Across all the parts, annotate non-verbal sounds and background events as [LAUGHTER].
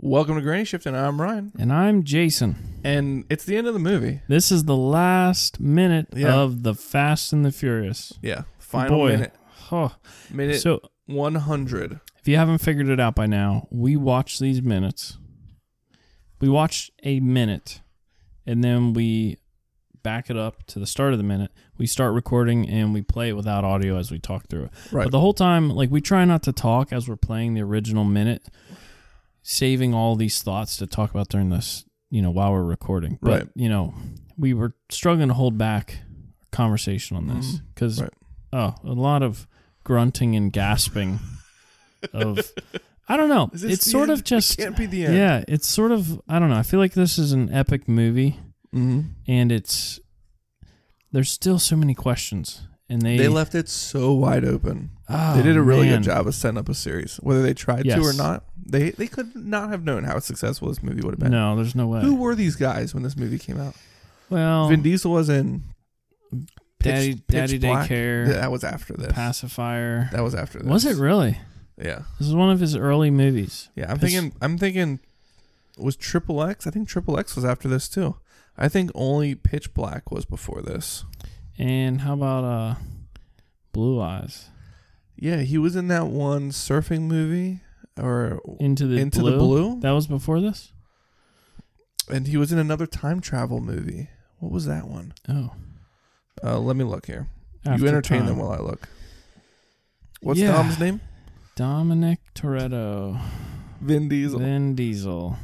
Welcome to Granny Shift, and I'm Ryan. And I'm Jason. And it's the end of the movie. This is the last minute Yeah. of the Fast and the Furious. Yeah, final Boy. minute, Oh, minute so 100. if you haven't figured it out by now, we watch these minutes. We watch a minute, and then we back it up to the start of the minute. We start recording and we play it without audio as we talk through it. Right. But the whole time, like we try not to talk as we're playing the original minute, saving all these thoughts to talk about during this, you know, while we're recording. But, Right. You know, we were struggling to hold back conversation on this because Mm-hmm. Right. oh, a lot of grunting and gasping of I don't know. [LAUGHS] Is this It's the sort end? of just It can't be the yeah. end. It's sort of I don't know. I feel like this is an epic movie, hmm and it's there's still so many questions, and they They left it so wide open. Oh, they did a really man. good job of setting up a series. Whether they tried to or Yes. not, they they could not have known how successful this movie would have been. No, there's no way. Who were these guys when this movie came out? well, Vin Diesel was in Pitch- Daddy, Pitch Daddy Black. Daycare, Yeah, that was after this. Pacifier. That was after this. Was it really? Yeah, This is one of his early movies. yeah. I'm Piss- thinking. I'm thinking. Was Triple X? I think Triple X was after this too. I think only Pitch Black was before this. And how about uh, Blue Eyes? Yeah, he was in that one surfing movie or Into the Into blue? the Blue, That was before this. and he was in another time travel movie. What was that one? Oh, Uh, let me look here. After you entertain them Time. while I look. What's Yeah. Dom's name? Dominic Toretto, Vin Diesel. Hmm. Vin Diesel.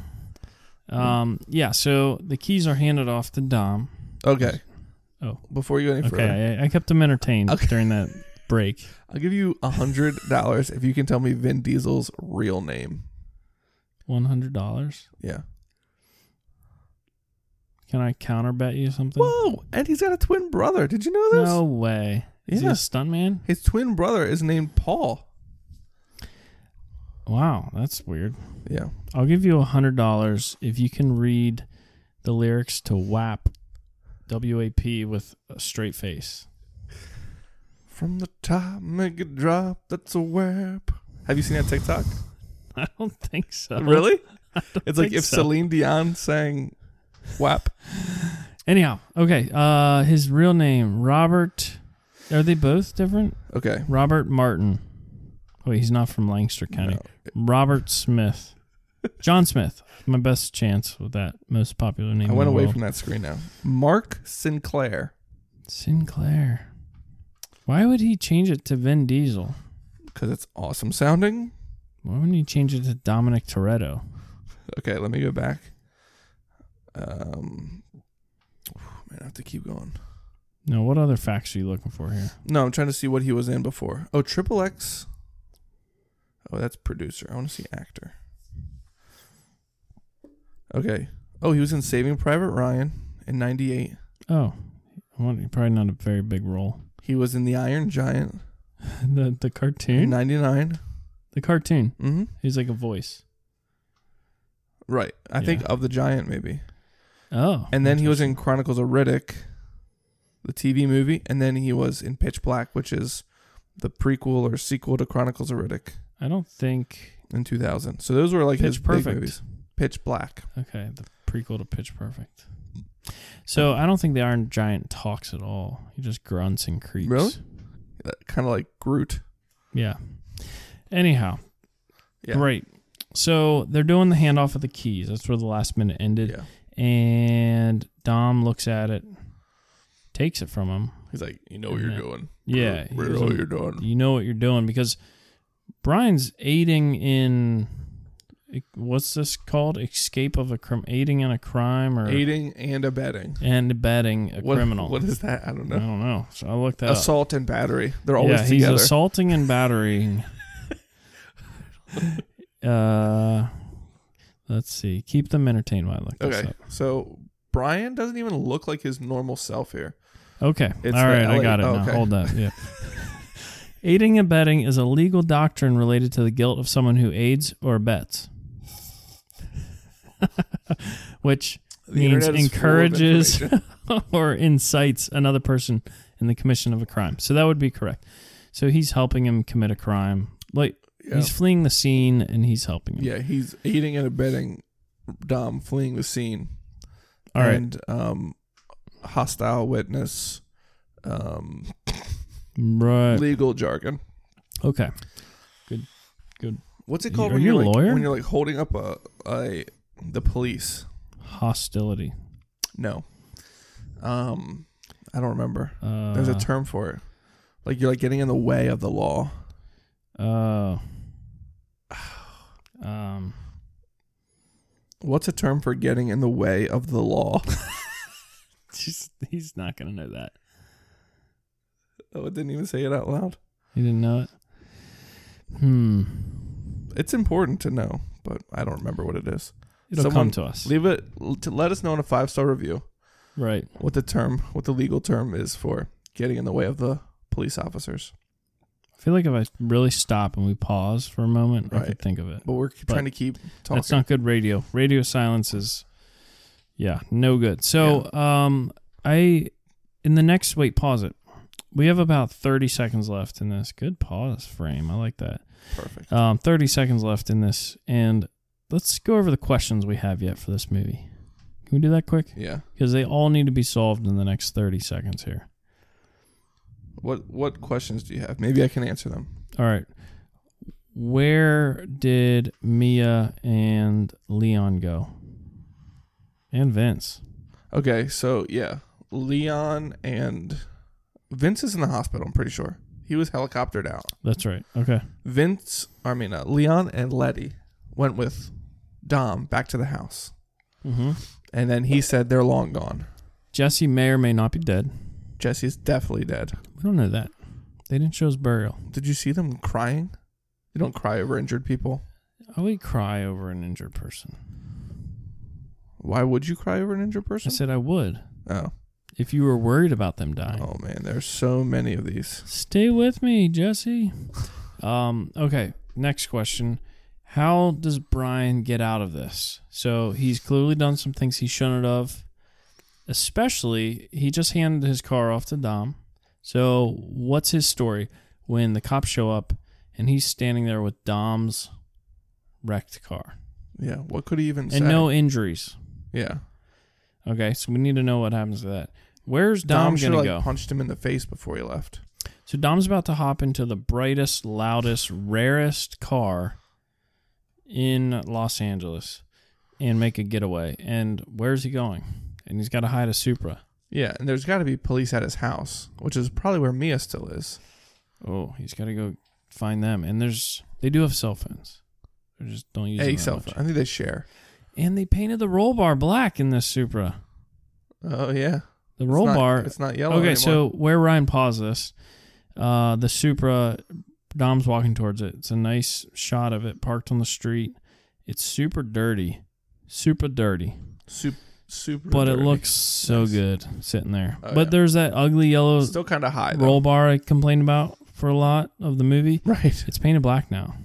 Um, yeah. So the keys are handed off to Dom. Okay. Oh. Before you go any further, Okay, I, I kept him entertained Okay. during that break. [LAUGHS] I'll give you a hundred dollars if you can tell me Vin Diesel's real name. One hundred dollars. Yeah. Can I counter bet you something? Whoa! And he's got a twin brother. Did you know this? No way. Is he a Yeah. stuntman? His twin brother is named Paul. Wow, that's weird. Yeah. I'll give you a hundred dollars if you can read the lyrics to WAP, W A P, with a straight face. [LAUGHS] From the top, make it drop. That's a web. Have you seen that TikTok? [LAUGHS] I don't think so. [LAUGHS] really? It's like think if so. Celine Dion sang WAP. Anyhow, okay. Uh, his real name Robert. Are they both different? Okay. Robert Martin. Wait, he's not from Lancaster County. No. Robert Smith. John Smith. My best chance with that most popular name. I went in the away world. from that screen now. Mark Sinclair. Sinclair. Why would he change it to Vin Diesel? Because it's awesome sounding. Why wouldn't he change it to Dominic Toretto? Okay, let me go back. Um, [SIGHS] man, I have to keep going. No, what other facts are you looking for here? No, I'm trying to see what he was in before. Oh, Triple X. Oh, that's producer. I want to see actor. Okay. Oh, he was in Saving Private Ryan in 98. Oh, well, probably not a very big role. [LAUGHS] He was in The Iron Giant the the in cartoon, 99. the cartoon. Mm-hmm. He's like a voice. Right. I think Yeah. of the giant maybe. Oh, And then he was in Chronicles of Riddick, the TV movie, and then he was in Pitch Black, which is the prequel or sequel to Chronicles of Riddick I don't think. in 2000. So those were like his Pitch big Perfect. movies. Pitch Black. Okay, the prequel to Pitch Perfect. So I don't think the Iron Giant talks at all. He just grunts and creeps. Really? Kind of like Groot. Yeah. Anyhow, Yeah. great. So they're doing the handoff of the keys. That's where the last minute ended. Yeah. And Dom looks at it, takes it from him. He's like, you know what what you're you're Yeah. doing. Yeah, he you know goes, what you're doing. you know what you're doing because Brian's aiding in e-, what's this called? Escape of a crime, aiding in a crime, or Aiding and abetting. and abetting a What- criminal. What is that? I don't I know. don't know. So I looked that up. Assault and battery. They're always yeah, he's together. assaulting [LAUGHS] and battering. uh, let's see. Keep them entertained while I look this okay. up. So Brian doesn't even look like his normal self here. Okay. It's All the right, I LA got it oh, now. okay. Hold up. [LAUGHS] Yeah. Aiding and abetting is a legal doctrine related to the guilt of someone who aids or abets, [LAUGHS] which The means internet is full of encourages [LAUGHS] information. or incites another person in the commission of a crime. So that would be correct. So he's helping him commit a crime. Like Yeah. He's fleeing the scene and he's helping him. yeah, he's aiding and abetting Dom fleeing the scene. All right. and um, hostile witness, um, Right. legal jargon. Okay. What's it You- called are when you you're a like, lawyer? When you're like holding up a, a the police? Hostility. No, um, I don't remember. Uh, There's a term for it. Like you're like getting in the way of the law. Oh. [SIGHS] um. [LAUGHS] What's a term for getting in the way of the law? [LAUGHS] He's, he's not gonna know that. oh, I didn't even say it out loud. He didn't know it. Hmm. It's important to know, but I don't remember what it is. It'll Someone- come to us. Leave it to let us know in a five star review. right. what the term, what the legal term is for getting in the way of the police officers. I feel like if I really stop and we pause for a moment, I Right. could think of it. But we're trying to keep talking. That's not good radio. Radio silence is, yeah, no good. So, um, I in the next wait, pause it. We have about thirty seconds left in this. Good pause frame. I like that. Perfect. Um, thirty seconds left in this, and let's go over the questions we have yet for this movie. Can we do that quick? Yeah. Because they all need to be solved in the next thirty seconds here. What what questions do you have? Maybe I can answer them. All right. Where did Mia and Leon go? And Vince. Okay, so yeah, Leon and Vince is in the hospital. I'm pretty sure he was helicoptered out. That's right. Okay. Vince, I mean uh, Leon and Letty went with Dom back to the house, Mm-hmm. and then he said they're long gone. Jesse may or may not be dead. Jesse's definitely dead. We don't know that. They didn't show his burial. Did you see them crying? They don't cry over injured people. I would cry over an injured person. Why would you cry over an injured I person? said I would. Oh. If you were worried about them dying. Oh man, there's so many of these. Stay with me, Jesse. Um, okay, next question. How does Brian get out of this? So he's clearly done some things he shouldn't have. Especially, he just handed his car off to Dom. So what's his story when the cops show up and he's standing there with Dom's wrecked car Yeah, what could he even say? and no injuries? yeah, Okay, so we need to know what happens to that. Where's Dom, Dom, should gonna have, like go? punched him in the face before he left. So Dom's about to hop into the brightest, loudest, rarest car in Los Angeles and make a getaway. And where's he going? And he's got to hide a Supra. Yeah, and there's got to be police at his house, which is probably where Mia still is. Oh, he's got to go find them. And there's they do have cell phones. They just don't use A them that cell much. phone. I think they share. And they painted the roll bar black in this Supra. Oh yeah, The roll it's not, bar It's not yellow. Okay, anymore. so where Ryan paused this, uh, the Supra, Dom's walking towards it. It's a nice shot of it parked on the street. It's super dirty, super dirty, super, super but dirty. it looks so Nice. good sitting there. Oh, but yeah. there's that ugly yellow still kind of high. Though. roll bar I complained about for a lot of the movie. Right. It's painted black now,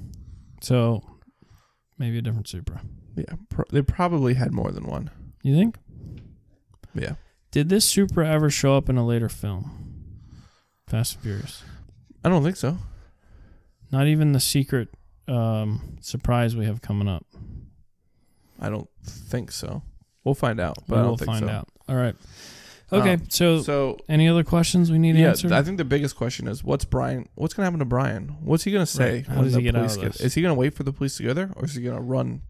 so maybe a different Supra. Yeah, pro- they probably had more than one. You think? Yeah, Did this Supra ever show up in a later film? Fast and Furious. I don't think so. Not even the secret um, surprise we have coming up. I don't think so. We'll find out, but I we don't will think find so. out. All right. Okay. Um, so, So any other questions we need yeah, answered? I think the biggest question is what's Brian? What's going to happen to Brian? What's he going to say? Right. How when does he the get out police of get- this? Is he going to wait for the police to go there, or is he going to run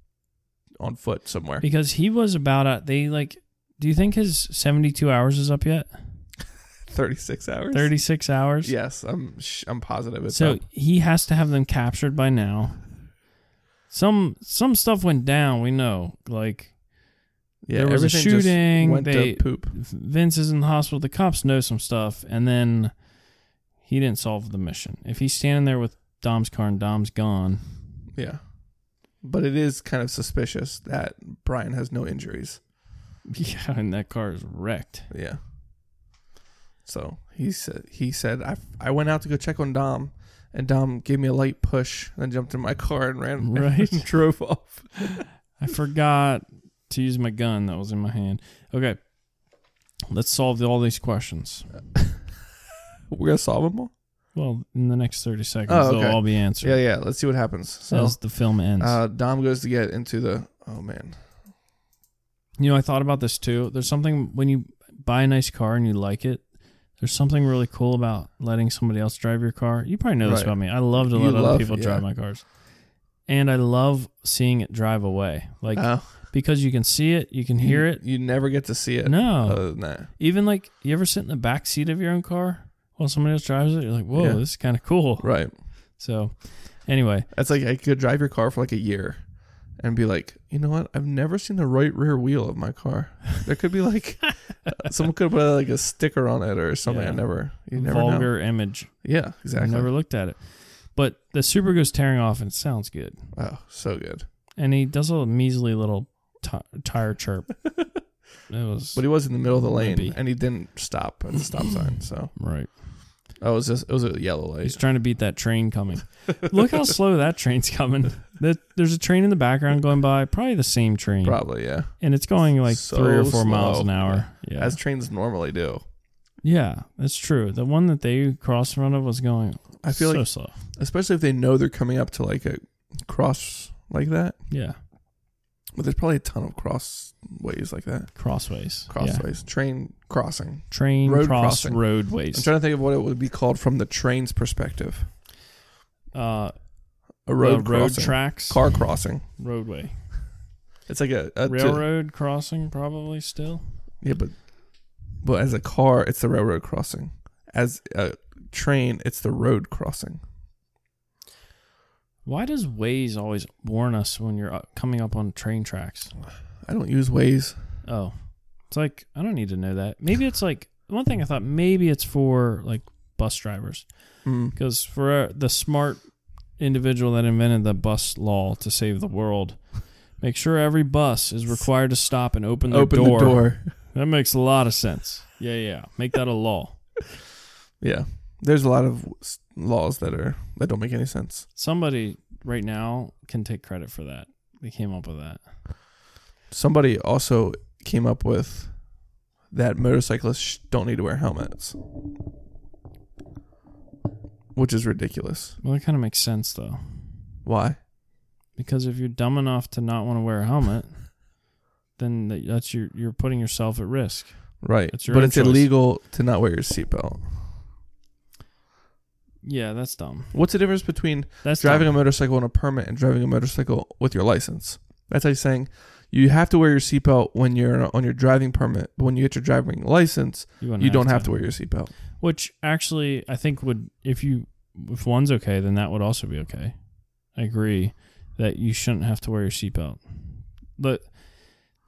on foot somewhere? because he was about at they like. Do you think his seventy-two hours is up yet? [LAUGHS] Thirty-six hours. Thirty-six hours. Yes, I'm. Sh- I'm positive it's So up. he has to have them captured by now. Some some stuff went down. We know, like Yeah, there was a everything just shooting, Went they- to poop. Vince is in the hospital. The cops know some stuff, and then he didn't solve the mission. If he's standing there with Dom's car and Dom's gone, Yeah, but it is kind of suspicious that Brian has no injuries. [LAUGHS] Yeah, and that car is wrecked. Yeah. So he said. He said I. I went out to go check on Dom, and Dom gave me a light push, and then jumped in my car and ran. [LAUGHS] Right. and drove off. [LAUGHS] I forgot to use my gun that was in my hand. Okay. Let's solve all these questions. We're gonna solve them all. Well, in the next 30 seconds, Oh, okay. they'll all be answered Yeah, yeah. Let's see what happens. So as the film ends. uh, Dom goes to get into the. Oh man. you know, I thought about this too. There's something when you buy a nice car and you like it, there's something really cool about letting somebody else drive your car. You probably know this Right. about me. I love to You let other love- people drive yeah. my cars. And I love seeing it drive away. Like, Oh. because you can see it, you can hear it. You never get to see it. Oh, No. Other than that. Even like, you ever sit in the back seat of your own car while somebody else drives it? You're like, whoa, Yeah. this is kind of cool. Right. So, anyway, That's like I could drive your car for like a year and be like, you know what? I've never seen the right rear wheel of my car. There could be like [LAUGHS] someone could put like a sticker on it or something. Yeah. I never you never know. vulgar image. Yeah, exactly. I never looked at it. But the super goes tearing off and it sounds good. Wow, so good. And he does a measly little ti [LAUGHS] tire chirp. it was But he was in the middle of the lane Maybe. and he didn't stop at the stop sign. So right. oh, it was just it was a yellow light. He's trying to beat that train coming. [LAUGHS] Look how slow that train's coming. That there's a train in the background going by, probably the same train, Probably yeah, and it's going like So three or four miles slow. an hour. Yeah, as trains normally do. yeah, that's true. The one that they crossed in front of was going. I feel so like slow. especially if they know they're coming up to like a cross like that. Yeah, But there's probably a ton of crossways like that. crossways. Yeah. Crossways, train crossing. Train Road cross crossing. I'm roadways. trying to think of what it would be called from the train's perspective. uh, A road, uh, road crossing. tracks, car crossing. roadway, It's like a, a to- railroad crossing, probably still. yeah, but but as a car, it's the railroad crossing. As a train, it's the road crossing. Why does Waze always warn us when you're uh, coming up on train tracks? I don't use Waze. Oh, it's like I don't need to know that. Maybe it's like one thing I thought. Maybe it's for like bus drivers Mm. because for uh, the smart individual that invented the bus law to save the world, make sure every bus is required to stop and open their Open door. the door. That makes a lot of sense. Yeah, yeah. Make that a law. Yeah, there's a lot of s- laws that are that don't make any sense. Somebody right now can take credit for that. They came up with that. Somebody also came up with that motorcyclists sh- don't need to wear helmets, which is ridiculous. Well, that kind of makes sense though. Why? Because if you're dumb enough to not want to wear a helmet, then that- that's your you're putting yourself at risk. Right. It's your but own it's choice. illegal to not wear your seatbelt. Yeah, that's dumb. What's the difference between That's driving dumb. a motorcycle on a permit and driving a motorcycle with your license? That's like saying you have to wear your seatbelt when you're on your driving permit, but when you get your driving license, wouldn't you don't have to wear your seatbelt. Which actually, I think would if you if one's okay, then that would also be okay. I agree that you shouldn't have to wear your seatbelt, but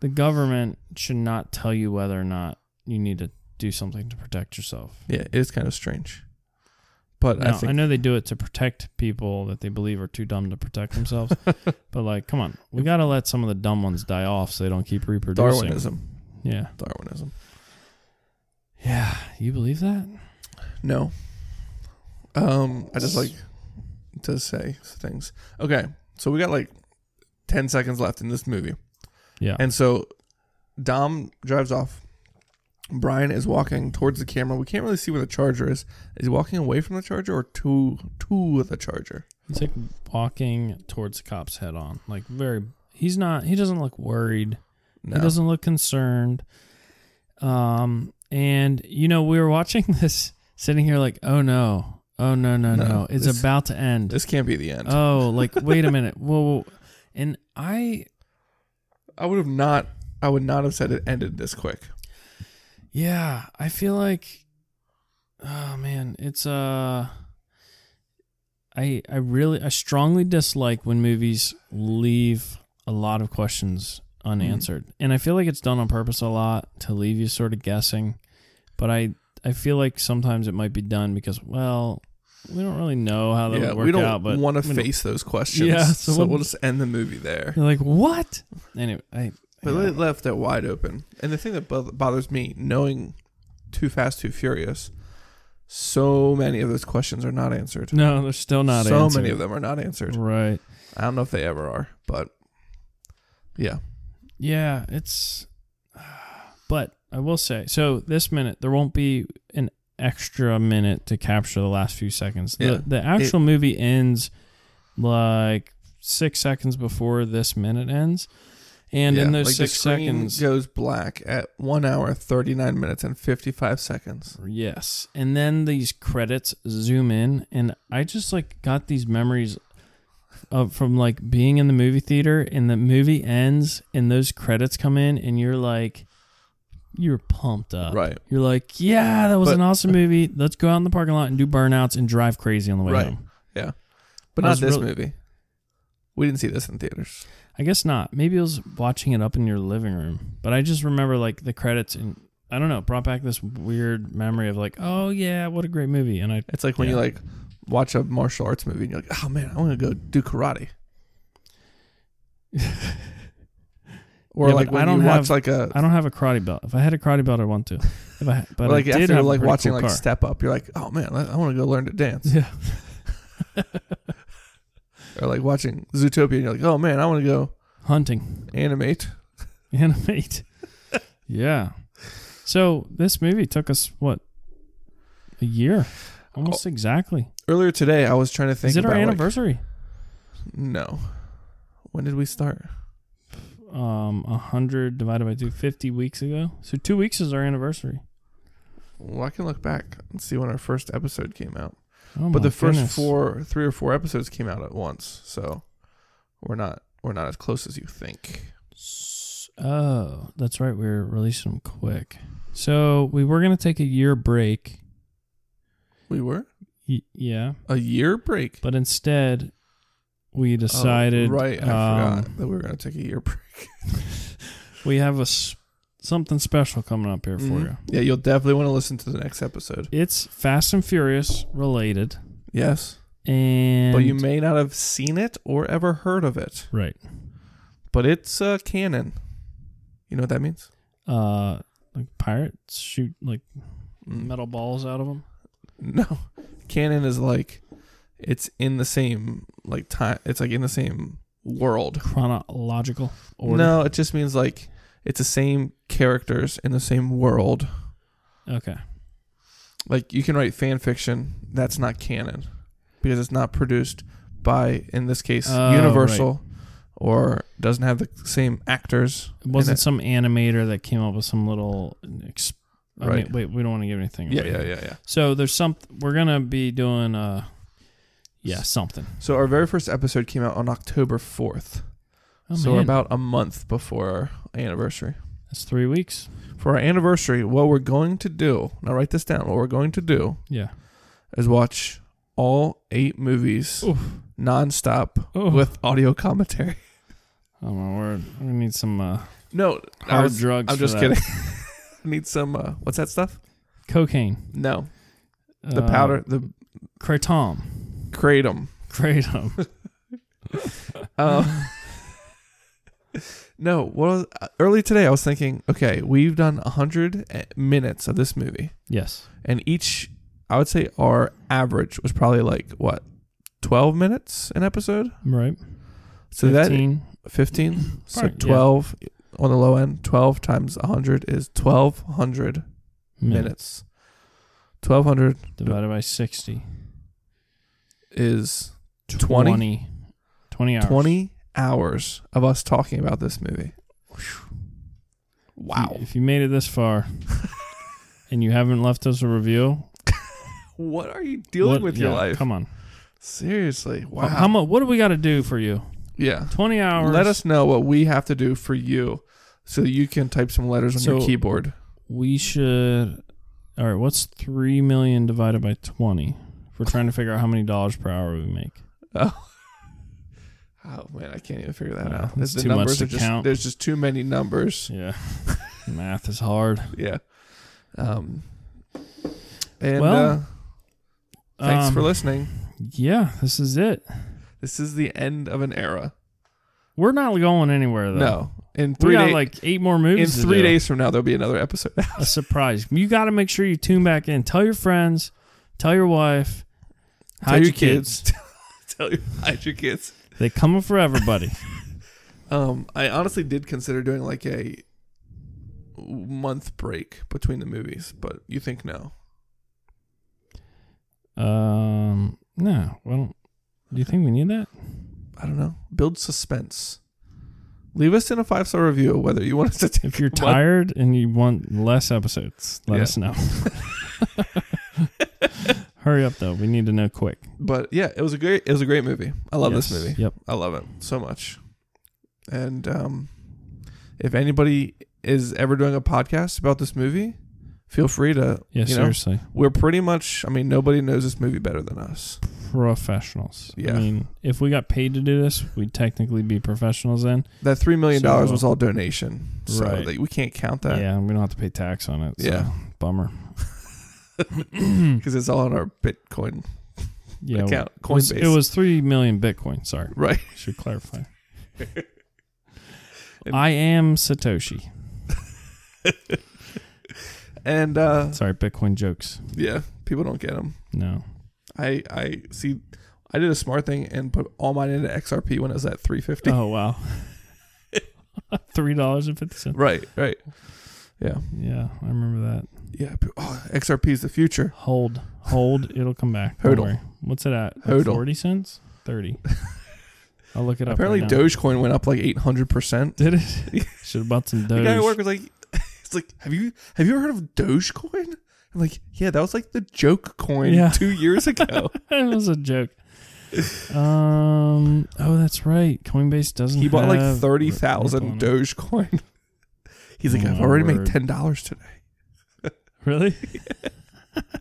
the government should not tell you whether or not you need to do something to protect yourself. Yeah, it is kind of strange. But I Now, I, think know they do it to protect people that they believe are too dumb to [LAUGHS] protect themselves, but like, come on, we got to let some of the dumb ones die off so they don't keep reproducing. Darwinism. Yeah, Darwinism. yeah, you believe that? No. Um, I just like to say things. Okay, so we got like ten seconds left in this movie. Yeah, And so Dom drives off. Brian is walking towards the camera. We can't really see where the charger is. Is he walking away from the charger or to to the charger? He's like walking towards the cops head on. Like very he's not he doesn't look worried. No. He doesn't look concerned. Um and you know, we were watching [LAUGHS] this sitting here like, oh no, oh no, no, no. No, It's this- about to end. This can't be the end. oh, like wait a minute. Whoa, whoa. And I I would have not. I would not have said it ended this quick. yeah, I feel like oh man, it's uh I I really I strongly dislike when movies leave a lot of questions Mm-hmm. unanswered. And I feel like it's done on purpose a lot to leave you sort of guessing, but I I feel like sometimes it might be done because well, we don't really know how that yeah, would work we don't out, but want to we don't- face those questions. Yeah, so so, we'll- we'll just end the movie there. You're like, "What?" Anyway, I But yeah. they left it wide open. And the thing that bo- bothers me, knowing Too Fast, Too Furious, so many of those questions are not answered. no, they're still not so answered. many of them are not answered. Right. I don't know if they ever are, but yeah, Yeah, it's. But I will say, so this minute there won't be an extra minute to capture the last few seconds. Yeah. The, the actual movie ends like six seconds before this minute ends. And in Yeah, those like the six screen seconds, goes black at one hour thirty nine minutes and fifty five seconds. Yes. And then these credits zoom in and I just like got these memories of from like being in the movie theater and the movie ends and those credits come in and you're like you're pumped up. Right. You're like, yeah, that was But- an awesome movie. Let's go out in the parking lot and do burnouts and drive crazy on the way Right. home. But I not was this really- movie. We didn't see this in theaters. I guess not. Maybe I was watching it up in your living room. But I just remember like the credits and I don't know, it brought back this weird memory of like, oh yeah, what a great movie. And I It's like when Yeah. you like watch a martial arts movie and you're like, oh man, I want to go do karate. [LAUGHS] or Yeah, like but when I don't you have- watch like a I don't have a karate belt. If I had a karate belt, I want to. [LAUGHS] If I but or like I did after have a like pretty watching cool like car. Step Up, you're like, oh man, I, I want to go learn to dance. Yeah. [LAUGHS] Or like watching Zootopia, and you're like, oh man, I want to go [LAUGHS] hunting animate. animate. yeah. So this movie took us what a year, almost exactly. Earlier today, I was trying to Oh, think. Is it our about, like- anniversary? no. When did we start? um, a hundred divided by two, 50 weeks ago. So two weeks is our anniversary. Well, I can look back and see when our first episode came out. Oh but my the first goodness. four, three or four episodes came out at once, so we're not we're not as close as you think. S- Oh, that's right. We were releasing them quick. So we were gonna take a year break. We were Y- yeah. a year break. But instead, we Oh, decided right? I um, forgot that we were going to take a year break. [LAUGHS] we have a s- something special coming up here for Mhm. you. Yeah, you'll definitely want to listen to the next episode. It's Fast and Furious related, Yes, and but you may not have seen it or ever heard of it. right. But it's uh, canon. You know what that means? Uh, like pirates shoot like Mm. metal balls out of them. [LAUGHS] No, canon is like it's in the same like time. It's like in the same world. Chronological order. No, it just means like it's the same characters in the same world. Okay. Like you can write fan fiction, that's not canon because it's not produced by in this case Oh, Universal or doesn't have the same actors. It wasn't it- some animator that came up with some little. Exp- I Right. mean, wait, we don't want to give anything. Yeah, away. yeah, yeah, yeah. So there's some. We're gonna be doing. Uh, yeah, something. So our very first episode came out on October 4th. Oh, so man. about a month before our anniversary. that's three weeks. For our anniversary, what we're going to do, now write this down, what we're going to do Yeah. is watch all eight movies Oof. nonstop Oof. with audio commentary. [LAUGHS] Oh my word! I need some uh, No, I hard was- drugs. I'm for just that. kidding. [LAUGHS] I need some. Uh, what's that stuff? Cocaine. No, the Uh, powder, the Kratom. kratom. [LAUGHS] Kratom. Um, [LAUGHS] no, what was, uh, early today I was thinking, okay, we've done hundred minutes of this movie, yes. and each, I would say, our average was probably like what, twelve minutes an episode. Right. So Fifteen. that fifteen. [CLEARS THROAT] So Probably, yeah. twelve on the low end. Twelve times hundred is twelve hundred minute minutes. Twelve hundred divided by sixty. is 20? 20, 20 hours. 20 hours of us talking about this movie. Wow. If you made it this [LAUGHS] far, and you haven't left us a review, What are you dealing what- with your yeah, life? Come on. Seriously. Wow. How How mu- What do we got to do for you? yeah. Twenty hours. Let us know what we have to do for you so you can type some letters on your So- keyboard. We should. All right. What's three million divided by twenty? If we're trying to figure out how many dollars per hour we make. Oh. Oh man, I can't even figure that Yeah, out. it's the too much numbers to are just count. there's just too many numbers. Yeah. [LAUGHS] Math is hard. Yeah. Um and Well, uh, thanks Um, for listening. Yeah, this is it. This is the end of an era. We're not going anywhere though. No. In we three got days like eight more in movies. to three do. days from now there'll be another episode. a surprise. You got to make sure you tune back in. Tell your friends. Tell your wife. Tell hide your kids. [LAUGHS] Tell your hide your kids. They coming for everybody. [LAUGHS] Um, I honestly did consider doing like a month break between the movies, but you think no? Um, no, I don't. Do you think we need that? I don't know. Build suspense. Leave us in a five star review whether you want us to take If you're a month. tired and you want less episodes, let Yeah. us know. [LAUGHS] Hurry up though. We need to know quick. But yeah, it was a great it was a great movie. I love this Yes. movie. Yep. I love it so much. And um, if anybody is ever doing a podcast about this movie, feel free to. Yeah, you know, seriously. we're pretty much. I mean, nobody knows this movie better than us. Professionals. I Yeah. mean, if we got paid to do this, we'd technically be professionals then. That three million dollars So- was all donation, so Right. that we can't count that Yeah, and we don't have to pay tax on it. So Yeah. Bummer. because it's all in our Bitcoin Yeah. account, It was, Coinbase. it was 3 million Bitcoin. Sorry. [LAUGHS] right. [LAUGHS] Should clarify. And- I am Satoshi. And uh, Sorry, Bitcoin jokes. yeah, people don't get them. [LAUGHS] No. I I see. I did a smart thing and put all mine into XRP when it was at three fifty. Oh, wow. [LAUGHS] $3.50. Right. Right. Yeah. Yeah, I remember that. Yeah. p- Oh, XRP is the future. Hold, hold. It'll come back. Don't Hodl. worry. What's it at? Like Hodl. Forty cents? [LAUGHS] Thirty. I'll look it up. Apparently, right now. Dogecoin went up like eight hundred percent. [LAUGHS] did [LAUGHS] it. Should have bought some The Doge. guy at work was like, [LAUGHS] "It's like, have you have you ever heard of Dogecoin?" I'm like, "Yeah, that was like the joke coin Yeah. two years [LAUGHS] ago." it was [LAUGHS] a joke. Um. Oh, that's right. Coinbase doesn't. he bought have like thirty Ripple thousand on it. Dogecoin. [LAUGHS] He's like, Oh, "I've my already made word. ten dollars today." [LAUGHS] Really?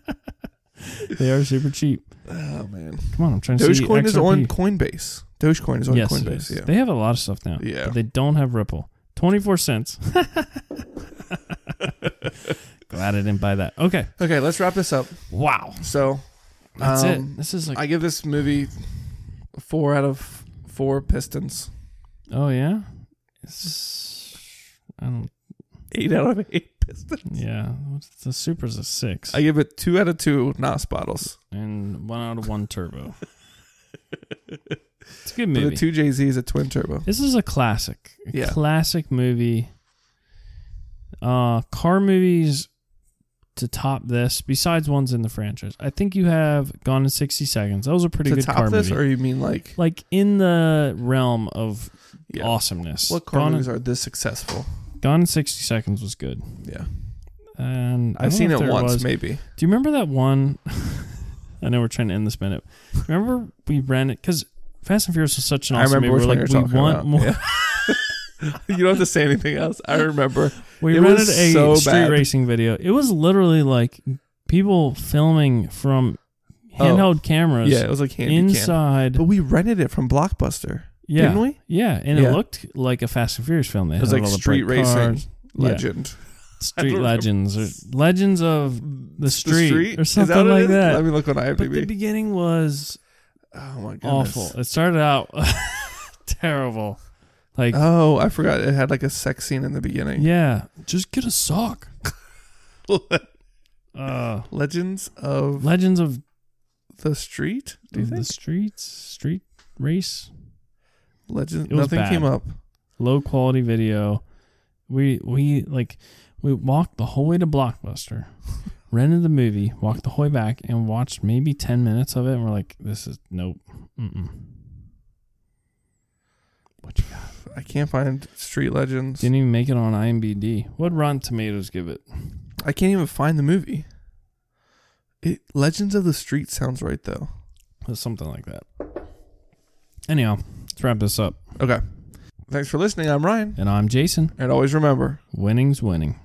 [LAUGHS] they are super cheap. Oh man, Come on, I'm trying to see. Dogecoin is XRP. on Coinbase. Dogecoin is on yes, it Coinbase. is. Yeah, They have a lot of stuff now. Yeah. But they don't have Ripple. 24 cents. [LAUGHS] Glad I didn't buy that. Okay. Okay, let's wrap this up. Wow. So, That's Um, it. This is like, I give this movie four out of four Pistons. oh, yeah? This is, I don't, Eight out of eight Pistons. yeah. What's- The Super's a six. I give it two out of two Nas bottles. and one out of [LAUGHS] one turbo. it's a good But movie. the two Jay Z's a twin turbo. This is a classic. A Yeah. classic movie. Uh car movies to top this, besides ones in the franchise. I think you have Gone in 60 Seconds. That was a pretty To good car top this, movie. or you mean like like in the realm of yeah. awesomeness. what car Gone, movies are this successful? Gone in 60 Seconds was good. Yeah, And I I've don't seen know if it there once, was- maybe. Do you remember that one? [LAUGHS] I know we're trying to end this minute. Remember we ran it because Fast and Furious was such an I awesome remember movie. which one you're We're like, we talking want about. more. Yeah. [LAUGHS] you don't have to say anything else. I remember. We It rented was a so street bad. racing video. It was literally like people filming from Oh. handheld cameras Yeah, it was like handy cam. inside. But we rented it from Blockbuster, yeah, didn't we? yeah, and Yeah. it looked like a Fast and Furious film. They It was had like all the street bright racing cars. Yeah. legend. [LAUGHS] street remember. legends, or legends of the street, or Is that something what it like is? that. Let me look on but the IMDb. beginning was oh my goodness. awful. It started out [LAUGHS] terrible. Like, Oh, I forgot. It had like a sex scene in the beginning. yeah, just get a sock. Uh, [LAUGHS] Legends of legends of the Street. Do you Of think? the streets, street race, Legends. it was Nothing bad. came up. low quality video. We we like we walked the whole way to Blockbuster, rented the movie, walked the whole way back, and watched maybe ten minutes of it, and we're like, "This is nope." Mm-mm. What you got? I can't find Street Legends. Didn't even make it on IMDb. What Rotten Tomatoes give it? I can't even find the movie. It Legends of the Street sounds right though. It's something like that. Anyhow, let's wrap this up. Okay. Thanks for listening. I'm Ryan, And I'm Jason. and always remember. Winning's winning.